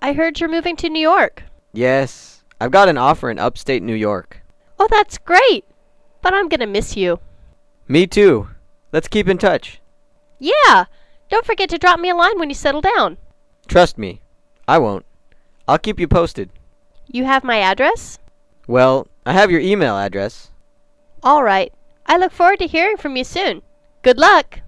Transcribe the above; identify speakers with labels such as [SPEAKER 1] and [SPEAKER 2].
[SPEAKER 1] I heard you're moving to New York.
[SPEAKER 2] Yes, I've got an offer in upstate New York.
[SPEAKER 1] Oh, that's great. But I'm going to miss you.
[SPEAKER 2] Me too. Let's keep in touch.
[SPEAKER 1] Yeah. Don't forget to drop me a line when you settle down.
[SPEAKER 2] Trust me, I won't. I'll keep you posted.
[SPEAKER 1] You have my address?
[SPEAKER 2] Well, I have your email address.
[SPEAKER 1] All right. I look forward to hearing from you soon. Good luck.